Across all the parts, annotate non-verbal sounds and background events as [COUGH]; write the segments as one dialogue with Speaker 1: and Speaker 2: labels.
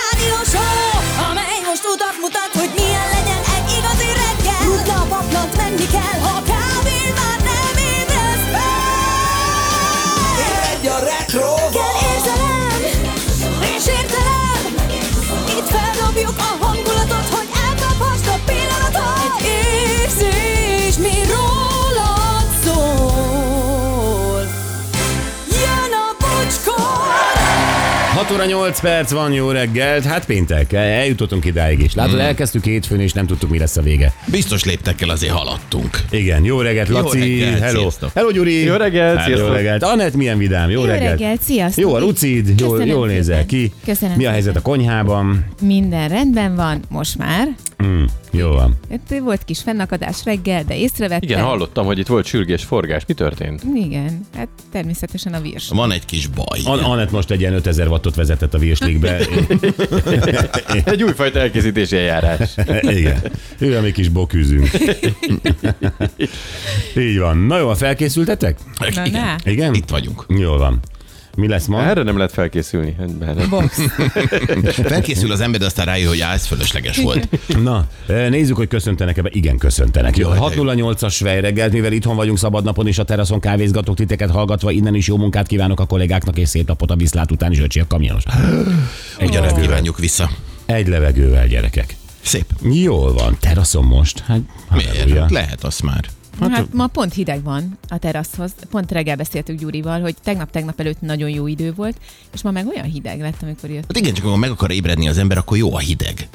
Speaker 1: rádió show, amely most utat mutat, hogy milyen legyen egy igazi reggel. Rutna a paplant, menni kell, ha kávén már nem ébresz fel.
Speaker 2: Egy a retro
Speaker 1: Kell érzelem, és értelem, itt feldobjuk a hangulatot, hogy elkaphast a pillanatot. Egy érzés, mi rólad szól. Jön a bocskor!
Speaker 3: 6 óra 8 perc van, jó reggelt. Hát péntek, eljutottunk idáig is. Látod, elkezdtük hétfőn, és nem tudtuk, mi lesz a vége.
Speaker 4: Biztos léptekkel azért haladtunk.
Speaker 3: Igen, jó reggelt, Laci.
Speaker 4: reggelt,
Speaker 3: hello.
Speaker 4: sziasztok.
Speaker 3: Hello, Gyuri.
Speaker 5: Jó reggelt,
Speaker 3: Jó
Speaker 5: sziasztok.
Speaker 3: reggelt. Anett, milyen vidám, jó,
Speaker 6: Jó reggelt, sziasztok.
Speaker 3: Jó a lucid, jól,
Speaker 6: Köszönöm
Speaker 3: jól nézel
Speaker 6: szépen.
Speaker 3: ki.
Speaker 6: Köszönöm
Speaker 3: Mi a helyzet a
Speaker 6: szépen.
Speaker 3: konyhában?
Speaker 6: Minden rendben van, most már.
Speaker 3: Mm, jó van.
Speaker 6: Itt volt kis fennakadás reggel, de észrevettem.
Speaker 7: Igen, hallottam, hogy itt volt sürgés forgás. Mi történt?
Speaker 6: Igen, hát természetesen a vírs.
Speaker 4: Van egy kis baj.
Speaker 3: An- Anett most egy ilyen 5000 wattot vezetett a
Speaker 6: [LAUGHS]
Speaker 3: virslikbe.
Speaker 7: Egy újfajta elkészítési eljárás.
Speaker 3: E, Igen. Ő a mi kis
Speaker 6: [LAUGHS]
Speaker 3: boküzünk. Így van. Na jó, felkészültetek?
Speaker 6: Na, na.
Speaker 3: Igen?
Speaker 4: Itt vagyunk.
Speaker 3: Jól van. Mi lesz ma?
Speaker 7: Erre nem lehet felkészülni. Rendben.
Speaker 6: Box.
Speaker 4: Felkészül az ember, de aztán rájön, hogy á, ez fölösleges volt.
Speaker 6: [LAUGHS]
Speaker 3: Na, nézzük, hogy köszöntenek ebbe. Igen, köszöntenek. Jó, hát
Speaker 4: Jaj, de jó.
Speaker 3: 608-as fejreggelt, mivel itthon vagyunk szabadnapon és a teraszon kávézgatok titeket hallgatva, innen is jó munkát kívánok a kollégáknak, és szép napot a viszlát után is, öcsi a kamionos. Egy,
Speaker 4: Ugyanezt
Speaker 3: levegővel,
Speaker 4: kívánjuk vissza.
Speaker 3: egy levegővel, gyerekek.
Speaker 4: Szép.
Speaker 3: Jól van, teraszon most. Hát,
Speaker 4: Miért?
Speaker 3: halleluja.
Speaker 4: Hát Lehet az már.
Speaker 6: Hát ma pont hideg van a teraszhoz. Pont reggel beszéltük Gyurival, hogy tegnap-tegnap előtt nagyon jó idő volt, és ma meg olyan hideg lett, amikor jött.
Speaker 4: Hát igen, csak amikor meg akar ébredni az ember, akkor jó a hideg.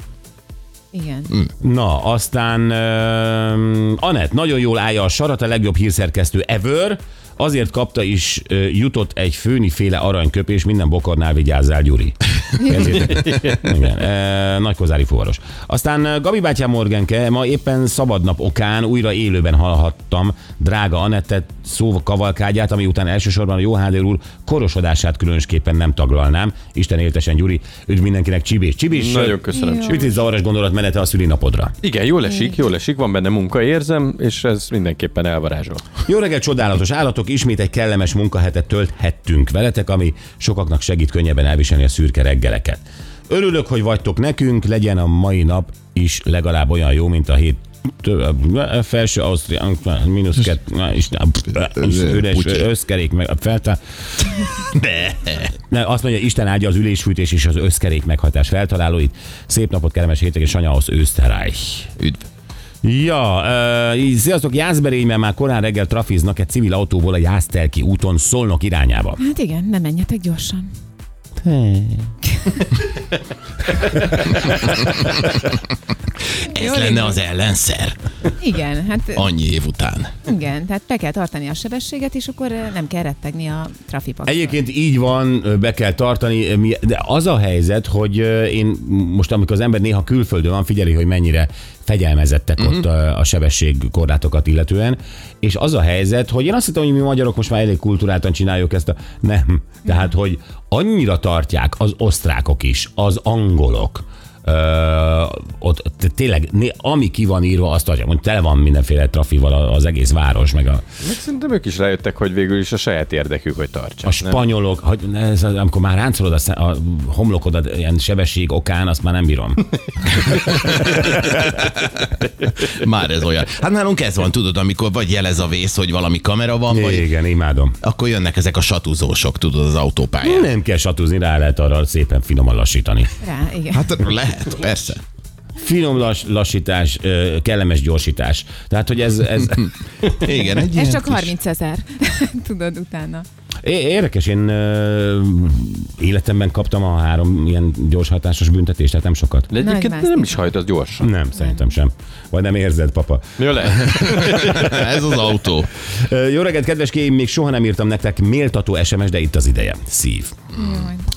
Speaker 6: Igen.
Speaker 4: Hm.
Speaker 3: Na, aztán uh, Anett nagyon jól állja a sarat, a legjobb hírszerkesztő ever. Azért kapta is uh, jutott egy főni féle aranyköpés, minden bokornál vigyázzál, Gyuri. Ezért, igen, uh, nagykozári fuvaros. Aztán uh, Gabi bátyám Morgenke, ma éppen szabadnap okán újra élőben hallhattam drága Anettet szóva kavalkádját, ami után elsősorban a Jóháder úr korosodását különösképpen nem taglalnám. Isten éltesen, Gyuri, üdv mindenkinek Csibés. Csibés,
Speaker 7: Nagyon köszönöm, Csibi.
Speaker 3: Picit zavaros gondolatmenete a szülinapodra.
Speaker 7: Igen, jól esik, jól esik, van benne munka, érzem, és ez mindenképpen elvarázsol.
Speaker 3: Jó reggel, csodálatos állatok! Ismét egy kellemes munkahetet tölthettünk veletek, ami sokaknak segít könnyebben elviselni a szürke reggeleket. Örülök, hogy vagytok nekünk, legyen a mai nap is legalább olyan jó, mint a hét tö- felső Ausztria, mínusz kettő, na, és üres
Speaker 4: Putyi.
Speaker 3: összkerék, meg a feltár.
Speaker 4: De.
Speaker 3: Ne, azt mondja, Isten áldja az ülésfűtés és az összkerék meghatás feltalálóit. Szép napot, kellemes hétvégét, Sanyahoz, Österreich.
Speaker 4: Üdv.
Speaker 3: Ja, uh, így, sziasztok, Jászberényben már korán reggel trafiznak egy civil autóból a Jásztelki úton Szolnok irányába.
Speaker 6: Hát igen, nem menjetek gyorsan.
Speaker 4: Ez lenne az ellenszer.
Speaker 6: Igen, hát
Speaker 4: Annyi év után.
Speaker 6: igen, tehát be kell tartani a sebességet, és akkor eh, nem kell rettegni a trafipaktól.
Speaker 3: Egyébként így van, ö, be kell tartani, ö, mi- de az a helyzet, hogy ö, én most, amikor az ember néha külföldön van, figyeli, hogy mennyire fegyelmezettek mm-hmm. ott ö, a sebességkorlátokat illetően, és az a helyzet, hogy én azt hittem, hogy mi magyarok most már elég kultúráltan csináljuk ezt a... Nem. Tehát, hogy annyira tartják az osztrákok is, az angolok, Ö, ott te- tényleg, né- ami ki van írva, azt adja, hogy tele van mindenféle trafival a- az egész város, meg a,
Speaker 7: Meg szerintem ők is rájöttek, hogy végül is a saját érdekük, hogy tartsák.
Speaker 3: a spanyolok, hogy ne, ez, az, amikor már ráncolod a, szem- a homlokodat ilyen sebesség okán, azt már nem bírom.
Speaker 4: Már ez olyan. Hát nálunk ez van, tudod, amikor vagy jelez a vész, hogy valami kamera van, vagy
Speaker 3: [LAUGHS] Igen, imádom.
Speaker 4: akkor jönnek ezek a satúzósok, tudod, az autópályán.
Speaker 3: Nem kell satúzni, rá lehet arra szépen finoman lassítani.
Speaker 6: Rá, igen.
Speaker 4: Hát lehet, persze.
Speaker 3: Finom lass, lassítás, ö, kellemes gyorsítás. Tehát, hogy ez, [LAUGHS] ez
Speaker 4: Igen, egy ilyen
Speaker 6: Ez csak
Speaker 4: kis-
Speaker 6: 30 ezer, [LAUGHS] tudod utána.
Speaker 3: É- Érdekes, én ö, életemben kaptam a három ilyen gyorshatásos büntetést, tehát nem sokat.
Speaker 7: De egyébként
Speaker 6: Nagy
Speaker 7: nem is hajt az gyorsan.
Speaker 3: Nem, szerintem sem. Vagy nem érzed, papa.
Speaker 7: Jó lehet.
Speaker 4: Ez az autó.
Speaker 3: Ö, Jó reggelt, kedves kéim, még soha nem írtam nektek méltató SMS, de itt az ideje. Szív.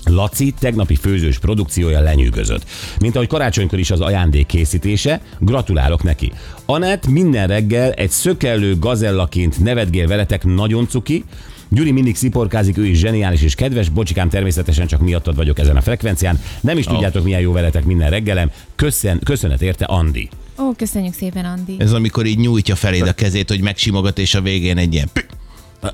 Speaker 3: Laci tegnapi főzős produkciója lenyűgözött. Mint ahogy karácsonykor is az ajándék készítése, gratulálok neki. Anett minden reggel egy szökellő gazellaként nevetgél veletek, nagyon cuki, Gyuri mindig sziporkázik, ő is zseniális és kedves. Bocsikám, természetesen csak miattad vagyok ezen a frekvencián. Nem is tudjátok, milyen jó veletek minden reggelem. Köszön, köszönet érte, Andi.
Speaker 6: Ó, köszönjük szépen, Andi.
Speaker 4: Ez amikor így nyújtja feléd a kezét, hogy megsimogat, és a végén egy ilyen pü-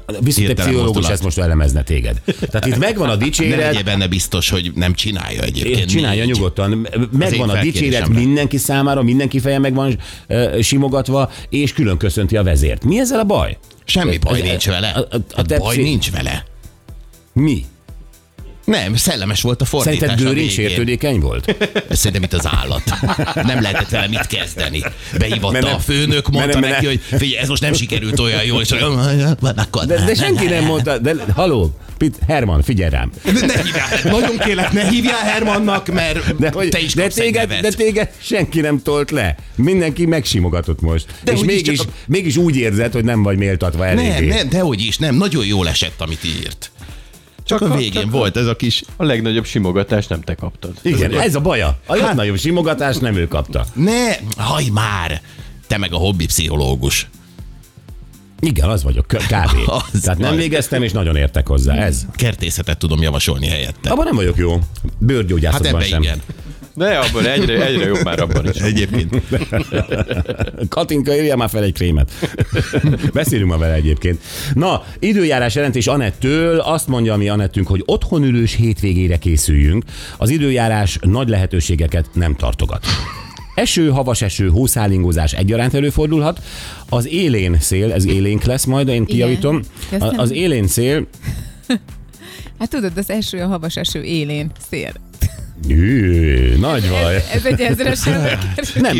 Speaker 3: Viszont egy
Speaker 4: Hirtelen
Speaker 3: pszichológus
Speaker 4: mozdulat.
Speaker 3: ezt most elemezne téged. Tehát itt megvan a
Speaker 4: Ne
Speaker 3: dicséret,
Speaker 4: legyél benne biztos, hogy nem csinálja egyébként.
Speaker 3: Csinálja
Speaker 4: Így.
Speaker 3: nyugodtan. Megvan a dicséret
Speaker 4: felkérésemre.
Speaker 3: mindenki számára, mindenki feje meg van ö, simogatva, és külön köszönti a vezért. Mi ezzel a baj?
Speaker 4: Semmi baj
Speaker 3: Ez-
Speaker 4: nincs vele.
Speaker 3: a- a- a
Speaker 4: Hát
Speaker 3: te
Speaker 4: baj
Speaker 3: pszichi-
Speaker 4: nincs vele.
Speaker 3: Mi?
Speaker 4: Nem, szellemes volt a fordítás.
Speaker 3: Szerinted
Speaker 4: a
Speaker 3: Göring
Speaker 4: végén.
Speaker 3: sértődékeny
Speaker 4: [LAUGHS]
Speaker 3: volt?
Speaker 4: Szerintem itt az állat. Nem lehetett vele mit kezdeni. Behívatta
Speaker 3: Menem-
Speaker 4: a főnök, mondta
Speaker 3: menem-
Speaker 4: neki, hogy figyelj, ez most nem sikerült olyan jól, és olyan, akkor
Speaker 3: De, de senki nem mondta, de haló, Pit, Herman, figyelj rám.
Speaker 4: Ne hívjál, nagyon kérlek, ne hívjál Hermannak, mert
Speaker 3: De, hogy,
Speaker 4: te is
Speaker 3: de,
Speaker 4: kapsz egy
Speaker 3: téged,
Speaker 4: nevet.
Speaker 3: de téged senki nem tolt le. Mindenki megsimogatott most. De és
Speaker 4: úgyis
Speaker 3: mégis,
Speaker 4: csak a-
Speaker 3: mégis úgy érzed, hogy nem vagy méltatva
Speaker 4: nem,
Speaker 3: eléggé.
Speaker 4: nem, dehogy is, nem, nagyon jól esett, amit írt. Csak a végén volt ez a kis...
Speaker 7: A legnagyobb simogatást nem te kaptad.
Speaker 3: Igen, ez a baja. A
Speaker 4: Hát-
Speaker 3: legnagyobb simogatást nem ő kapta.
Speaker 4: Ne, haj már! Te meg a hobbi pszichológus.
Speaker 3: Igen, az vagyok, kö- kb.
Speaker 4: [LAUGHS] Az
Speaker 3: Tehát nem
Speaker 4: vagy.
Speaker 3: végeztem, és nagyon értek hozzá. Ez.
Speaker 4: Kertészetet tudom javasolni helyette.
Speaker 3: Abban nem vagyok jó.
Speaker 4: Hát
Speaker 3: Bőrgyógyászatban
Speaker 4: ebbe
Speaker 3: sem.
Speaker 4: igen.
Speaker 7: De abban egyre, egyre jobb már abban is.
Speaker 4: Egyébként.
Speaker 3: Katinka, írja már fel egy
Speaker 4: [LAUGHS]
Speaker 3: krémet. Beszélünk ma vele egyébként. Na, időjárás jelentés Anettől. Azt mondja a mi Anettünk, hogy otthon ülős hétvégére készüljünk. Az időjárás nagy lehetőségeket nem tartogat. Eső, havas eső, hószálingozás egyaránt előfordulhat. Az élén szél, ez élénk lesz majd, én kijavítom.
Speaker 6: Köszönöm.
Speaker 3: A- Az élén szél,
Speaker 6: Hát tudod, az eső, a havas eső élén szél.
Speaker 3: Jű, nagy baj.
Speaker 6: Ez, ez egy ezresre kerül.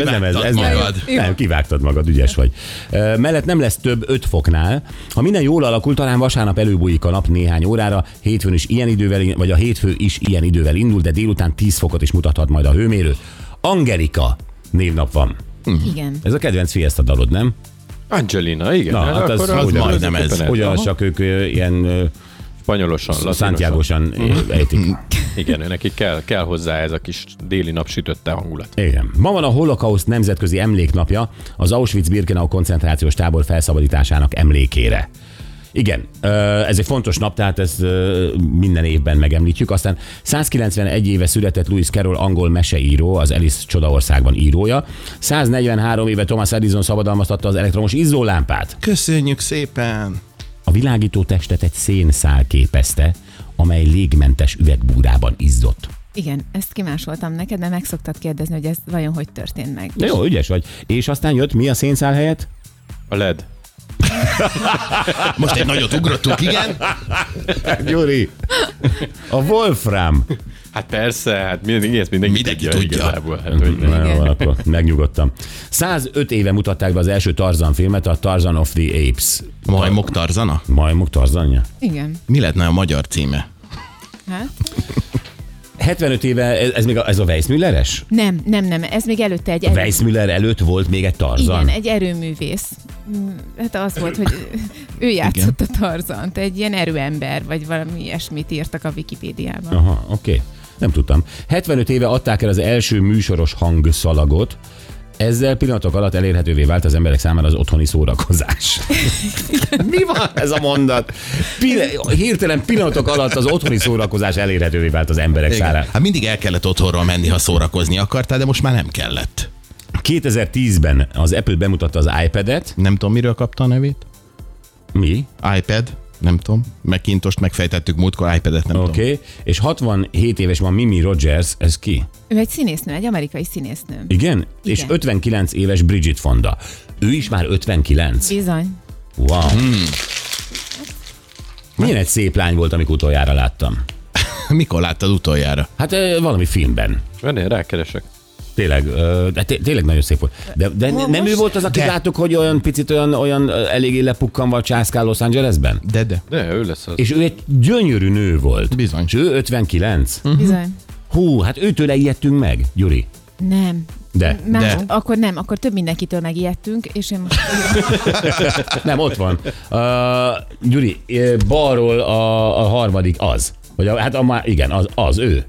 Speaker 3: Nem, ez nem ez. ez
Speaker 4: Kivágtad
Speaker 3: nem.
Speaker 4: magad.
Speaker 3: Nem, kivágtad magad, ügyes vagy. Ö, Mellett nem lesz több 5 foknál. Ha minden jól alakul, talán vasárnap előbújik a nap néhány órára, hétfőn is ilyen idővel, in- vagy a hétfő is ilyen idővel indul, de délután 10 fokot is mutathat majd a hőmérő. Angelika névnap van.
Speaker 6: Igen.
Speaker 3: Ez a kedvenc Fiesta dalod, nem?
Speaker 7: Angelina, igen.
Speaker 3: Na, hát az ugyanaz.
Speaker 4: Majdnem ez.
Speaker 7: ugyanaz.
Speaker 3: Ugyanaz, csak ők ö, ilyen ö,
Speaker 7: Spanyolosan, latinosan.
Speaker 3: szantjágosan ö, ejtik.
Speaker 7: Igen, neki kell, kell hozzá ez a kis déli napsütötte hangulat.
Speaker 3: Igen. Ma van a holokauszt nemzetközi emléknapja az Auschwitz-Birkenau koncentrációs tábor felszabadításának emlékére. Igen, ö, ez egy fontos nap, tehát ezt ö, minden évben megemlítjük. Aztán 191 éve született Louis Carroll angol meseíró, az Alice Csodaországban írója. 143 éve Thomas Edison szabadalmaztatta az elektromos izzólámpát.
Speaker 4: Köszönjük szépen!
Speaker 3: A világító testet egy szénszál képezte, amely légmentes üvegbúrában izzott.
Speaker 6: Igen, ezt kimásoltam neked, de meg szoktad kérdezni, hogy ez vajon hogy történt meg.
Speaker 3: Jó, ügyes vagy. És aztán jött mi a szénszál helyett?
Speaker 7: A LED.
Speaker 4: Most egy nagyot ugrottuk, igen?
Speaker 3: Gyuri, a Wolfram.
Speaker 7: Hát persze, hát mindig, ezt mindenki,
Speaker 4: Mindenki tudja.
Speaker 7: igazából. Hát, hogy nem.
Speaker 3: Na, jó, van, akkor megnyugodtam. 105 éve mutatták be az első Tarzan filmet, a Tarzan of the Apes.
Speaker 4: Majmok Tarzana?
Speaker 3: Majmok Tarzanja?
Speaker 6: Igen.
Speaker 4: Mi lehetne a magyar címe?
Speaker 6: Hát?
Speaker 3: 75 éve, ez ez még a, ez a Weissmülleres?
Speaker 6: Nem, nem, nem. Ez még előtte egy erő...
Speaker 3: Weissmüller előtt volt még egy Tarzan?
Speaker 6: Igen, egy erőművész. Mm, Hát az volt, hogy ő játszott a Tarzant, egy ilyen erőember, vagy valami ilyesmit írtak a Wikipédiában.
Speaker 3: Aha, oké. Okay. Nem tudtam. 75 éve adták el az első műsoros hangszalagot, ezzel pillanatok alatt elérhetővé vált az emberek számára az otthoni szórakozás. [LAUGHS] Mi van ez a mondat? Pil- hirtelen pillanatok alatt az otthoni szórakozás elérhetővé vált az emberek számára.
Speaker 4: Hát mindig el kellett otthonról menni, ha szórakozni akartál, de most már nem kellett.
Speaker 3: 2010-ben az Apple bemutatta az iPad-et.
Speaker 4: Nem tudom, miről kapta a nevét.
Speaker 3: Mi?
Speaker 4: iPad, nem tudom. Macintost megfejtettük múltkor, iPad-et nem
Speaker 3: Oké.
Speaker 4: tudom.
Speaker 3: Okay. És 67 éves van Mimi Rogers, ez ki?
Speaker 6: Ő egy színésznő, egy amerikai színésznő.
Speaker 3: Igen? Igen. És 59 éves Bridget Fonda. Ő is már 59.
Speaker 6: Bizony.
Speaker 3: Wow. Hmm. Milyen egy szép lány volt, amikor utoljára láttam.
Speaker 4: Mikor láttad utoljára?
Speaker 3: Hát ö, valami filmben.
Speaker 7: Van, rákeresek.
Speaker 3: Tényleg, ö, de té- tényleg nagyon szép volt. De, de ne- nem ő volt az, akit
Speaker 4: De.
Speaker 3: láttuk, hogy olyan picit olyan, olyan ö, eléggé lepukkanva császkál Los Angelesben?
Speaker 4: De, de.
Speaker 7: De ő lesz az.
Speaker 3: És ő egy gyönyörű nő volt.
Speaker 4: Bizony.
Speaker 3: És ő 59.
Speaker 6: Bizony.
Speaker 3: Hú, hát őtőle ijedtünk meg, Gyuri.
Speaker 6: Nem.
Speaker 3: De.
Speaker 6: Más,
Speaker 4: De.
Speaker 6: Akkor nem, akkor több mindenkitől megijedtünk, és én most...
Speaker 3: Nem, ott van. Uh, Gyuri, ö, balról a, a harmadik az. Vagy a, hát a, má- igen, az, az ő.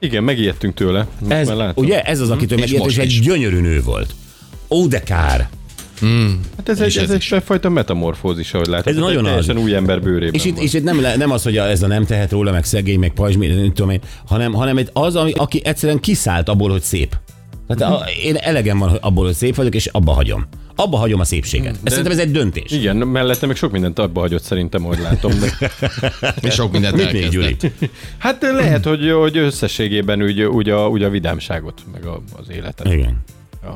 Speaker 7: Igen, megijedtünk tőle. Most
Speaker 3: Ez,
Speaker 7: már látom.
Speaker 3: ugye, ez az, akitől
Speaker 4: És
Speaker 3: megijedt, és
Speaker 4: most
Speaker 3: egy
Speaker 4: is.
Speaker 3: gyönyörű nő volt. Ó, de kár.
Speaker 7: Hát ez, egy,
Speaker 4: ez
Speaker 7: ez,
Speaker 4: is.
Speaker 7: egy fajta metamorfózis, ahogy látod.
Speaker 3: Ez
Speaker 7: Hát egy
Speaker 3: nagyon az.
Speaker 7: teljesen új ember bőrében
Speaker 3: És itt,
Speaker 7: van.
Speaker 3: és itt nem, le- nem az, hogy a- ez a nem tehet róla, meg szegény, meg pajzs, mi- nem tudom én, hanem, hanem egy az, ami, aki egyszerűen kiszállt abból, hogy szép. Tehát a, én elegem van hogy abból, hogy szép vagyok, és abba hagyom. Abba hagyom a szépséget. De... Szerintem ez egy döntés.
Speaker 7: Igen, mellette még sok mindent abba hagyott szerintem, hogy látom. [LAUGHS] De...
Speaker 4: És sok mindent
Speaker 3: Mit még, Gyuri?
Speaker 4: elkezdett.
Speaker 7: Hát lehet, hogy, hogy összességében úgy, úgy, a, úgy a vidámságot, meg a, az életet.
Speaker 3: Igen.
Speaker 7: Ja.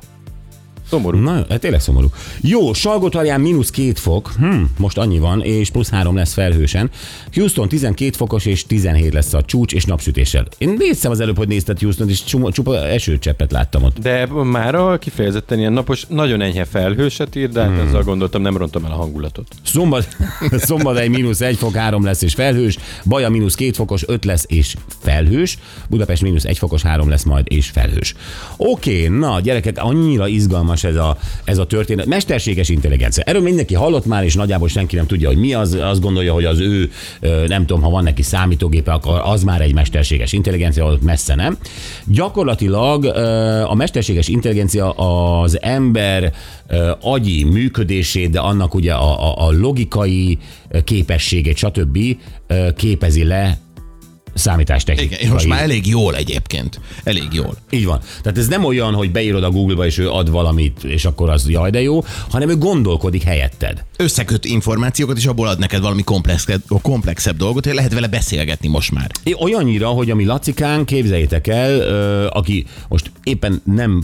Speaker 7: Szomorú.
Speaker 3: Na, jó, hát tényleg szomorú. Jó, Salgotarján mínusz két fok, hm, most annyi van, és plusz három lesz felhősen. Houston 12 fokos, és 17 lesz a csúcs, és napsütéssel. Én néztem az előbb, hogy nézted Houston, és csuma, csupa esőcseppet láttam ott.
Speaker 7: De már a kifejezetten ilyen napos, nagyon enyhe felhőset ír, de hát ezzel gondoltam, nem rontom el a hangulatot.
Speaker 3: Szombat, [LAUGHS] szombathely mínusz egy fok, három lesz és felhős, Baja mínusz két fokos, öt lesz és felhős, Budapest mínusz egy fokos, három lesz majd és felhős. Oké, na gyerekek, annyira izgalmas ez a, ez a történet. Mesterséges intelligencia. Erről mindenki hallott már, és nagyjából senki nem tudja, hogy mi az. Azt gondolja, hogy az ő, ö, nem tudom, ha van neki számítógépe, akkor az már egy mesterséges intelligencia, ott messze nem. Gyakorlatilag ö, a mesterséges intelligencia az ember ö, agyi működését, de annak ugye a, a, a logikai képességét, stb. ö, képezi le számítástechnikai.
Speaker 4: Igen, én most már elég jól egyébként. Elég jól.
Speaker 3: Így van. Tehát ez nem olyan, hogy beírod a Google-ba, és ő ad valamit, és akkor az jaj, de jó, hanem ő gondolkodik helyetted.
Speaker 4: Összeköt információkat, és abból ad neked valami komplexebb, komplexebb dolgot, hogy lehet vele beszélgetni most már.
Speaker 3: É, Olyannyira, hogy ami lacikán, képzeljétek el, ö, aki most éppen nem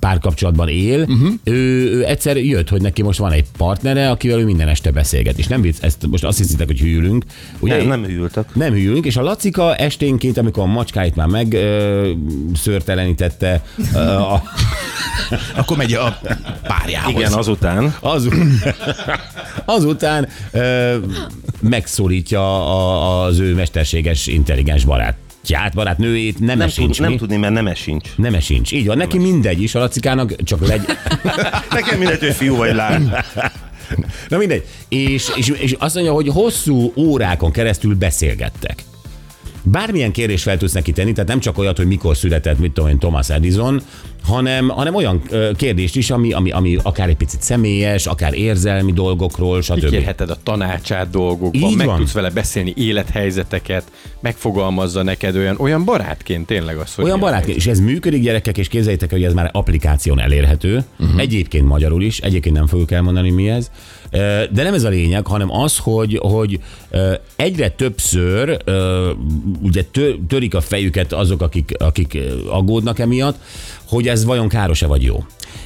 Speaker 3: párkapcsolatban él,
Speaker 2: Mhm.
Speaker 3: uh-huh. ő, ő egyszer jött, hogy neki most van egy partnere, akivel ő minden este beszélget. És nem vicc, ezt most azt hiszitek, hogy hűlünk. Ugye?
Speaker 2: Nem, nem hűltek.
Speaker 3: Nem hűlünk, és a Lacika esténként, amikor a macskáit már meg ö, szőrtelenítette,
Speaker 2: [LAUGHS]
Speaker 3: ö, a,
Speaker 4: Akkor megy a párjához.
Speaker 2: Igen, azután.
Speaker 3: az, [LAUGHS] azután ö, megszólítja a, az ő mesterséges, intelligens barátját, barátnőjét, nem,
Speaker 2: Nem,
Speaker 3: sincs
Speaker 2: tud, nem
Speaker 3: mi?
Speaker 2: tudni, mert nem sincs.
Speaker 3: Neme sincs. Így van, neki mindegy is, a lacikának csak legy... [LAUGHS]
Speaker 2: Nekem mindegy, hogy fiú vagy lány.
Speaker 3: Na mindegy. És, és, és azt mondja, hogy hosszú órákon keresztül beszélgettek. Bármilyen kérdést fel tudsz neki tenni, tehát nem csak olyat, hogy mikor született, mit tudom én, Thomas Edison, hanem, hanem olyan ö, kérdést is, ami, ami, ami akár egy picit személyes, akár érzelmi dolgokról, stb.
Speaker 7: Kérheted a tanácsát dolgokban,
Speaker 3: Így
Speaker 7: meg
Speaker 3: van.
Speaker 7: tudsz vele beszélni élethelyzeteket, megfogalmazza neked olyan, olyan barátként tényleg az, hogy
Speaker 3: Olyan
Speaker 7: milyen
Speaker 3: barát, és ez működik gyerekek, és képzeljétek, el, hogy ez már applikáción elérhető. Uh-huh. Egyébként magyarul is, egyébként nem fogjuk elmondani mi ez. Ö, De nem ez a lényeg, hanem az, hogy, hogy ö, egyre többször ö, ugye tö- törik a fejüket azok, akik, akik ö, aggódnak emiatt, hogy ez vajon káros-e vagy jó.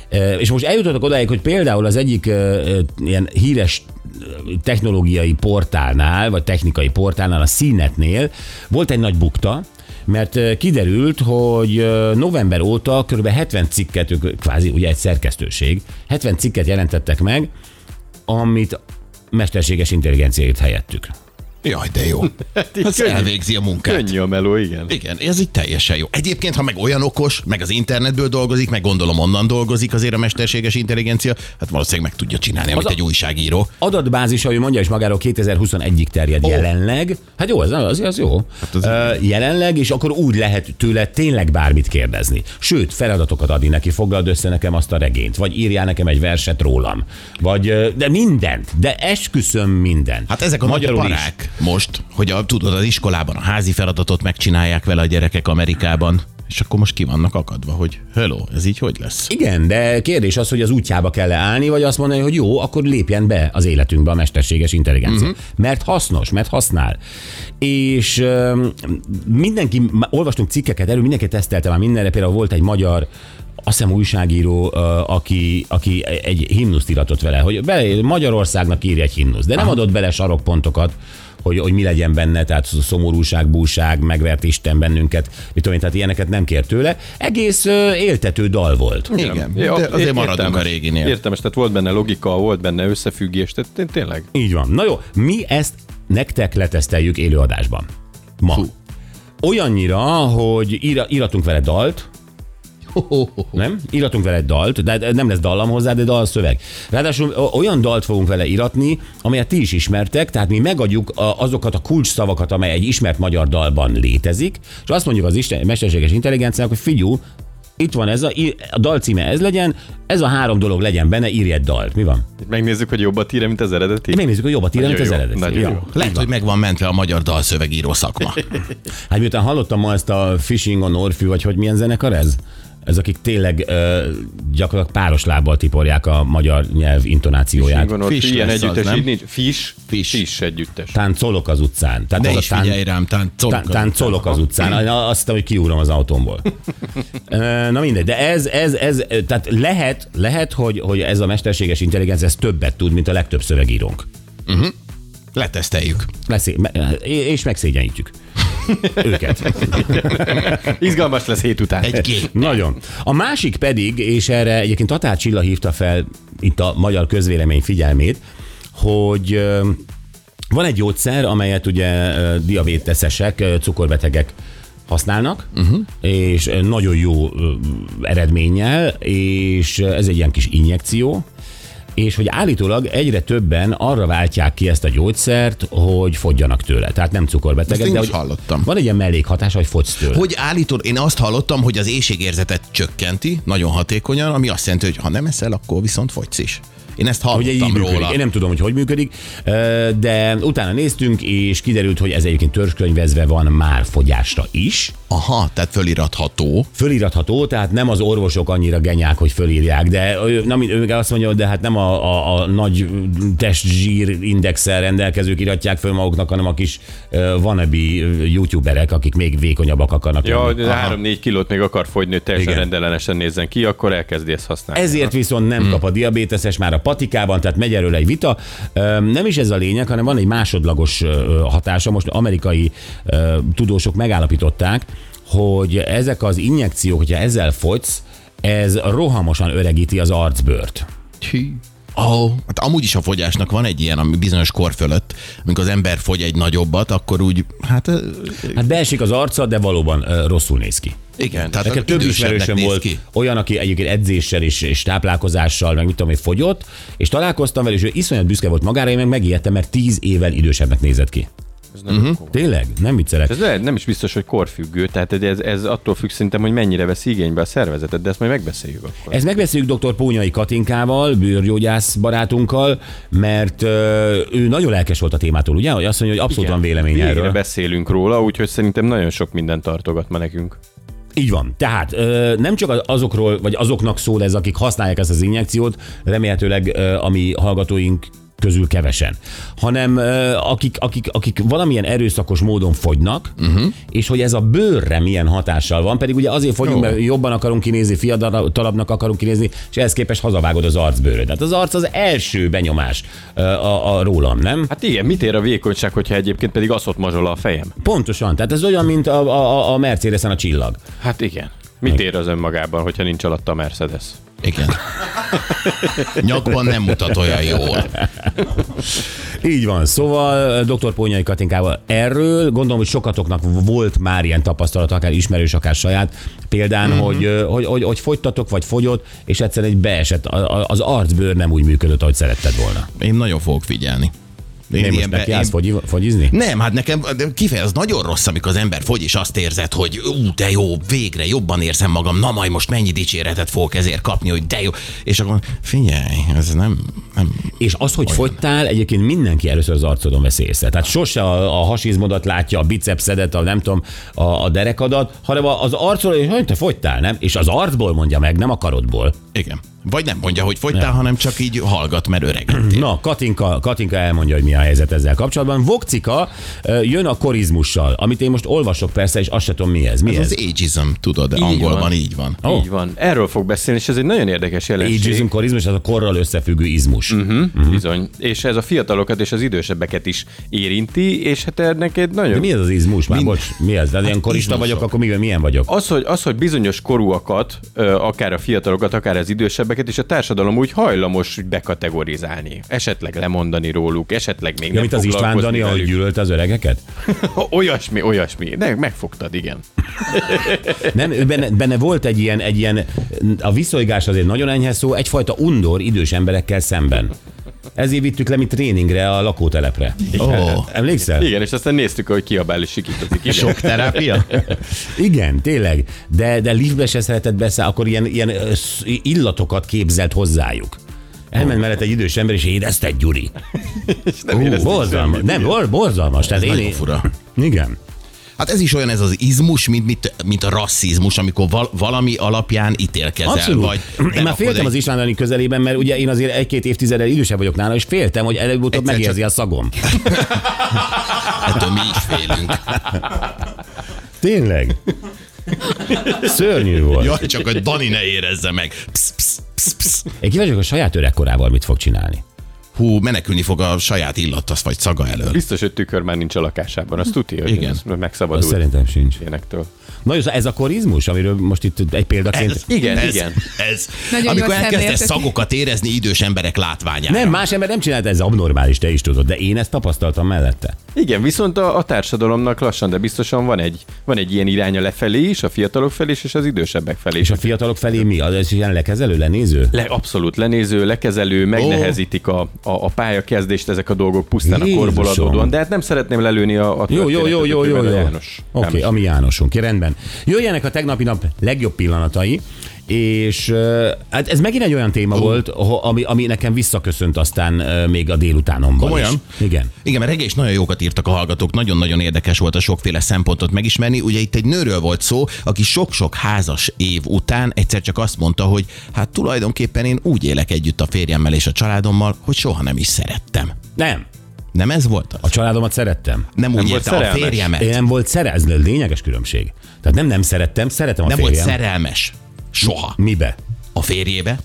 Speaker 3: Ö, És most eljutottak odáig, hogy például az egyik ö, ö, ilyen híres technológiai portálnál, vagy technikai portálnál, a színetnél volt egy nagy bukta, mert ö, kiderült, hogy ö, november óta kb. 70 cikket, ők kvázi ugye egy szerkesztőség, 70 cikket jelentettek meg, amit mesterséges intelligenciáért helyettük.
Speaker 4: Jaj, de jó.
Speaker 7: [LAUGHS] így
Speaker 4: Ez
Speaker 7: könnyű.
Speaker 4: elvégzi a munkát.
Speaker 7: Könnyű a meló, igen.
Speaker 4: Igen, ez így teljesen jó. Egyébként, ha meg olyan okos, meg az internetből dolgozik, meg gondolom onnan dolgozik azért a mesterséges intelligencia, hát valószínűleg meg tudja csinálni, amit
Speaker 3: a-
Speaker 4: egy újságíró.
Speaker 3: adatbázis, ahogy mondja is magáról, 2021-ig terjed oh. jelenleg. Hát jó, az, az, az jó. Hát az uh, jelenleg, és akkor úgy lehet tőle tényleg bármit kérdezni. Sőt, feladatokat adni neki, foglald össze nekem azt a regényt, vagy írjál nekem egy verset rólam, vagy ö, de mindent, de esküszöm mindent.
Speaker 4: Hát ezek a Magyarul nagy
Speaker 3: is.
Speaker 4: parák most, hogy a, tudod, az iskolában a házi feladatot megcsinálják vele a gyerekek Amerikában, és akkor most ki vannak akadva, hogy hello, ez így hogy lesz?
Speaker 3: Igen, de kérdés az, hogy az útjába kell állni, vagy azt mondani, hogy jó, akkor lépjen be az életünkbe a mesterséges intelligencia. Uh-huh. Mert hasznos, mert használ. És öm, mindenki, m- olvastunk cikkeket erről, mindenki tesztelte már mindenre, például volt egy magyar azt hiszem újságíró, ö, aki, aki egy himnuszt iratott vele, hogy bele, Magyarországnak írja egy himnuszt, de nem adott bele sarokpontokat, hogy, hogy mi legyen benne, tehát szomorúság, búság, megvert Isten bennünket, mit tudom én, tehát ilyeneket nem kért tőle. Egész ö, éltető dal volt.
Speaker 4: Igen, de azért maradunk a réginél.
Speaker 7: Értem, tehát volt benne logika, volt benne összefüggés, tehát té- tényleg.
Speaker 3: Így van. Na jó, mi ezt nektek leteszteljük élőadásban. Ma. Hú. Olyannyira, hogy ír, íratunk vele dalt, nem? Íratunk vele egy dalt, de nem lesz dallam hozzá, de dalszöveg. Ráadásul o- olyan dalt fogunk vele iratni, amelyet ti is ismertek, tehát mi megadjuk a- azokat a kulcsszavakat, amely egy ismert magyar dalban létezik, és azt mondjuk az Isten, mesterséges intelligenciának, hogy figyú, itt van ez a, í- a dal címe ez legyen, ez a három dolog legyen benne, írj egy dalt. Mi van?
Speaker 7: Megnézzük, hogy jobbat írja, mint az eredeti.
Speaker 3: Megnézzük, hogy jobbat írja, mint az
Speaker 7: Nagyon jó,
Speaker 3: eredeti.
Speaker 7: nagyon jó.
Speaker 4: Lehet, hogy meg van mentve a magyar
Speaker 3: [LAUGHS]
Speaker 4: dalszövegíró szakma.
Speaker 3: Hát miután hallottam ma ezt a Fishing on Orfű, vagy hogy milyen zenekar ez? Ez akik tényleg ö, gyakran páros lábbal tiporják a magyar nyelv intonációját.
Speaker 7: Gondolod,
Speaker 4: Fish
Speaker 7: ilyen
Speaker 4: lesz az,
Speaker 7: együttes,
Speaker 4: nem?
Speaker 7: így nincs. Fish,
Speaker 4: Fish.
Speaker 7: fish együttes.
Speaker 3: Táncolok az utcán. Tehát
Speaker 4: Ne
Speaker 3: az
Speaker 4: is
Speaker 3: a tán...
Speaker 4: figyelj rám, tán,
Speaker 3: Tán- Táncolok az utcán. Én Azt hittem, hogy kiúrom az autómból. Ö, Na mindegy, de ez, ez, ez tehát lehet, lehet hogy, hogy ez a mesterséges intelligencia ez többet tud, mint a legtöbb szövegírónk.
Speaker 4: Leteszteljük.
Speaker 3: Leszé- me- és megszégyenítjük őket.
Speaker 7: [LAUGHS] Izgalmas lesz hét után.
Speaker 4: Egy
Speaker 3: [LAUGHS]
Speaker 4: gép.
Speaker 3: Nagyon. A másik pedig, és erre egyébként Tatár Csilla hívta fel itt a magyar közvélemény figyelmét, hogy ö, van egy gyógyszer, amelyet ugye ö, diabéteszesek, ö, cukorbetegek használnak,
Speaker 4: Mhm.
Speaker 3: uh-huh. és ö, nagyon jó ö, eredménnyel, és ö, ez egy ilyen kis injekció, és hogy állítólag egyre többen arra váltják ki ezt a gyógyszert, hogy fogjanak tőle. Tehát nem cukorbetegek,
Speaker 4: Ezt én
Speaker 3: de
Speaker 4: is
Speaker 3: hogy
Speaker 4: hallottam.
Speaker 3: van egy ilyen mellékhatása, hogy fogysz tőle.
Speaker 4: Hogy állítod, én azt hallottam, hogy az éjségérzetet csökkenti, nagyon hatékonyan, ami azt jelenti, hogy ha nem eszel, akkor viszont fogysz is. Én ezt
Speaker 3: Ugye így
Speaker 4: hallottam
Speaker 3: működik.
Speaker 4: róla.
Speaker 3: Én nem tudom, hogy hogy működik, ö, de utána néztünk, és kiderült, hogy ez egyébként törzskönyvezve van már fogyásra is.
Speaker 4: Aha, tehát föliratható.
Speaker 3: Föliratható, tehát nem az orvosok annyira genyák, hogy fölírják, de ö, na, mint ő meg azt mondja, hogy de hát nem a, a, a nagy testzsír indexel rendelkezők iratják föl maguknak, hanem a kis ö, wannabe youtuberek, akik még vékonyabbak akarnak
Speaker 7: Ja,
Speaker 3: lenni.
Speaker 7: hogy 3-4 kilót még akar fogyni, hogy teljesen
Speaker 3: Igen.
Speaker 7: Igen. rendellenesen nézzen ki, akkor elkezdi ezt használni.
Speaker 3: Ezért viszont nem kap a diabéteses már a patikában, tehát megy erről egy vita. Öm, Nem is ez a lényeg, hanem van egy másodlagos ö, hatása. Most amerikai ö, tudósok megállapították, hogy ezek az injekciók, hogyha ezzel fogysz, ez rohamosan öregíti az arcbőrt.
Speaker 4: Oh. Hát amúgy is a fogyásnak van egy ilyen, ami bizonyos kor fölött, amikor az ember fogy egy nagyobbat, akkor úgy, hát ö,
Speaker 3: Hát beesik az arca, de valóban ö, rosszul néz ki.
Speaker 4: igen, tehát
Speaker 3: Nekem több
Speaker 4: idősebbnek
Speaker 3: ismerősöm
Speaker 4: néz
Speaker 3: volt ki.
Speaker 4: ki.
Speaker 3: olyan, aki egyébként edzéssel és, és táplálkozással, meg mit tudom én, fogyott, és találkoztam vele, és ő iszonyat büszke volt magára, én meg megijedtem, mert tíz évvel idősebbnek nézett ki.
Speaker 7: Ez nem
Speaker 4: Mhm.
Speaker 7: uh-huh.
Speaker 3: Tényleg? Nem viccelek.
Speaker 7: Ez lehet, nem is biztos, hogy korfüggő, tehát ez, ez attól függ szerintem, hogy mennyire vesz igénybe a szervezetet, de ezt majd megbeszéljük akkor.
Speaker 3: Ezt megbeszéljük dr. Pónyai Katinkával, bőrgyógyász barátunkkal, mert ö, ő nagyon lelkes volt a témától, ugye? Hogy azt mondja, hogy abszolút van vélemény
Speaker 7: Végre
Speaker 3: erről.
Speaker 7: beszélünk róla, úgyhogy szerintem nagyon sok mindent tartogat ma nekünk.
Speaker 3: Így van. Tehát ö, nem csak az- azokról, vagy azoknak szól ez, akik használják ezt az injekciót, remélhetőleg ö, a mi hallgatóink közül kevesen, hanem ö, akik, akik, akik valamilyen erőszakos módon fogynak, uh-huh. és hogy ez a bőrre milyen hatással van, pedig ugye azért fogyunk, mert jobban akarunk kinézni, fiatalabbnak akarunk kinézni, és ehhez képest hazavágod az arcbőröd. Tehát az arc az első benyomás ö, a, a rólam, nem?
Speaker 7: Hát igen, mit ér a vékonyság, hogyha egyébként pedig aszott mazsola a fejem?
Speaker 3: Pontosan, tehát ez olyan, mint a, a, a Mercedesen a csillag.
Speaker 7: Hát igen. Mit ér az önmagában, hogyha nincs alatta a Mercedes?
Speaker 4: Igen.
Speaker 3: [LAUGHS]
Speaker 4: Nyakban nem mutat olyan jól.
Speaker 3: Így van, szóval dr. Pónyai Katinkával erről, gondolom, hogy sokatoknak volt már ilyen tapasztalat, akár ismerős, akár saját, példán, mm-hmm. hogy, ö, hogy, hogy, hogy fogytatok, vagy fogyott, és egyszerűen egy beesett, a- a- az arcbőr nem úgy működött, ahogy szeretted volna.
Speaker 4: Én nagyon fogok figyelni. Én,
Speaker 3: Én most
Speaker 4: ilyenbe-
Speaker 3: neki állsz fogyi, fogyizni?
Speaker 4: Nem, hát nekem de kifejez nagyon rossz, amikor az ember fogy, és azt érzed, hogy ú, de jó, végre jobban érzem magam, na majd most mennyi dicséretet fogok ezért kapni, hogy de jó. És akkor figyelj, ez nem, nem
Speaker 3: És az, hogy fogytál, egyébként mindenki először az arcodon veszi észre. Tehát sose a, a hasizmodat látja, a bicepszedet, a nem tudom, a, a derekadat, hanem a- az arcodon, hogy hogy te fogytál, nem? És az arcból mondja meg, nem a karodból.
Speaker 4: igen. Vagy nem mondja, hogy fogytál, hanem csak így hallgat, mert öregedtél.
Speaker 3: Na, Katinka, Katinka elmondja, hogy mi a helyzet ezzel kapcsolatban. Vokcika ö, jön a korizmussal, amit én most olvasok persze, és azt sem tudom, mi ez. Mi ez?
Speaker 4: Ez az ageism, tudod, de angolban
Speaker 7: van.
Speaker 4: így van.
Speaker 3: Ó.
Speaker 7: Oh. Így van. Erről fog beszélni, és ez egy nagyon érdekes jelenség.
Speaker 3: Ageism, korizmus, az a korral összefüggő izmus. Mm-hmm.
Speaker 7: Mm-hmm. Bizony. És ez a fiatalokat és az idősebbeket is érinti, és hát ennek egy nagyon...
Speaker 3: De mi ez az izmus? Már bocs, mi ez? Tehát ilyen korista
Speaker 4: izmusok.
Speaker 3: vagyok, akkor mi, milyen vagyok?
Speaker 7: Az hogy, az, hogy bizonyos korúakat, ö, akár a fiatalokat, akár az idősebbeket, és a társadalom úgy hajlamos bekategorizálni. Esetleg lemondani róluk, esetleg még
Speaker 3: Ja,
Speaker 7: nem
Speaker 3: mint az István
Speaker 7: foglalkozni
Speaker 3: Dani, ahogy
Speaker 7: velük.
Speaker 3: gyűlölte az öregeket?
Speaker 7: [LAUGHS] Olyasmi, olyasmi. De megfogtad, igen.
Speaker 3: Nem, ő benne, benne volt egy ilyen, egy ilyen, a viszolygás azért nagyon enyhe szó, egyfajta undor idős emberekkel szemben. Ezért vittük le mi tréningre a lakótelepre.
Speaker 4: Ó.
Speaker 3: Emlékszel?
Speaker 7: Igen, és aztán néztük, hogy kiabál és sikítozik. Igen.
Speaker 4: Sok terápia?
Speaker 3: Igen, tényleg. De, de liftbe se szeretett beszállni, akkor ilyen, ilyen ö, sz- illatokat képzelt hozzájuk. Elment mellett egy idős ember, és érezte egy Gyuri.
Speaker 7: [LAUGHS] És nem éreztük
Speaker 3: Borzalmas.
Speaker 7: semmit.
Speaker 3: Nem, bor- borzalmas. Tehát én,
Speaker 4: nagyon fura.
Speaker 3: Igen.
Speaker 4: Hát ez is olyan ez az izmus, mint, mint, mint a rasszizmus, amikor val- valami alapján ítélkezel.
Speaker 3: Abszolút.
Speaker 4: Vagy
Speaker 3: én már
Speaker 4: berakod
Speaker 3: féltem
Speaker 4: egy-
Speaker 3: az István Dani közelében, mert ugye én azért egy-két évtizeddel idősebb vagyok nála, és féltem, hogy előbb-utóbb
Speaker 4: Egyszer
Speaker 3: megérzi a szagom.
Speaker 4: Ettől mi is félünk. [LAUGHS]
Speaker 3: Tényleg? Szörnyű volt.
Speaker 4: Jaj, csak hogy Dani ne érezze meg. Psz, psz, psz, psz.
Speaker 3: Én kíváncsi vagyok, a saját öregkorával mit fog csinálni.
Speaker 4: Hú, menekülni fog a saját illata vagy szaga elől.
Speaker 7: Biztos, hogy tükör már nincs a lakásában. Azt tudja, hogy
Speaker 4: Igen.
Speaker 7: Igen.
Speaker 3: Azt
Speaker 7: megszabadult
Speaker 3: szerintem sincs.
Speaker 7: énektől.
Speaker 3: Na jó, szóval ez a korizmus, amiről most itt egy példaként...
Speaker 4: Ez,
Speaker 7: Igen,
Speaker 4: ez,
Speaker 7: igen.
Speaker 4: Ez.
Speaker 6: Nagyon
Speaker 4: Amikor
Speaker 6: jól
Speaker 4: elkezdesz
Speaker 6: szemléltetik.
Speaker 4: szagokat érezni idős emberek látványára.
Speaker 3: Nem, más ember nem csinálta, ez abnormális, te is tudod, de én ezt tapasztaltam mellette.
Speaker 7: Igen, viszont a, a társadalomnak lassan, de biztosan van egy, van egy ilyen iránya lefelé is, a fiatalok felé is, és az idősebbek felé is.
Speaker 3: És a fiatalok felé mi? Az ez ilyen lekezelő, lenéző?
Speaker 7: Le, abszolút lenéző, lekezelő, megnehezítik a, a, a pályakezdést ezek a dolgok pusztán a korból
Speaker 3: Jézusom.
Speaker 7: adódóan, de hát nem szeretném lelőni a, a
Speaker 3: Jó, jó, jó, jó, jó, jó. Oké,
Speaker 7: János.
Speaker 3: okay, ami Jánosunk, rendben. Jöjjenek a tegnapi nap legjobb pillanatai, és ö, hát ez megint egy olyan téma volt, ho- ami, ami nekem visszaköszönt aztán ö, még a délutánomban
Speaker 4: Komolyan?
Speaker 3: Is. Igen.
Speaker 4: Igen, mert reggel is nagyon jókat írtak a hallgatók, nagyon-nagyon érdekes volt a sokféle szempontot megismerni. Ugye itt egy nőről volt szó, aki sok-sok házas év után egyszer csak azt mondta, hogy hát tulajdonképpen én úgy élek együtt a férjemmel és a családommal, hogy soha nem is szerettem.
Speaker 3: Nem.
Speaker 4: Nem ez volt az?
Speaker 3: A családomat szerettem.
Speaker 4: Nem, úgy
Speaker 7: volt
Speaker 4: élte a
Speaker 7: szerelmes.
Speaker 4: férjemet.
Speaker 3: Én nem volt szerelmes, ez lényeges különbség. Tehát nem nem szerettem, szeretem a
Speaker 4: nem
Speaker 3: férjem.
Speaker 4: volt szerelmes. Soha.
Speaker 3: Mibe?
Speaker 4: A férjébe,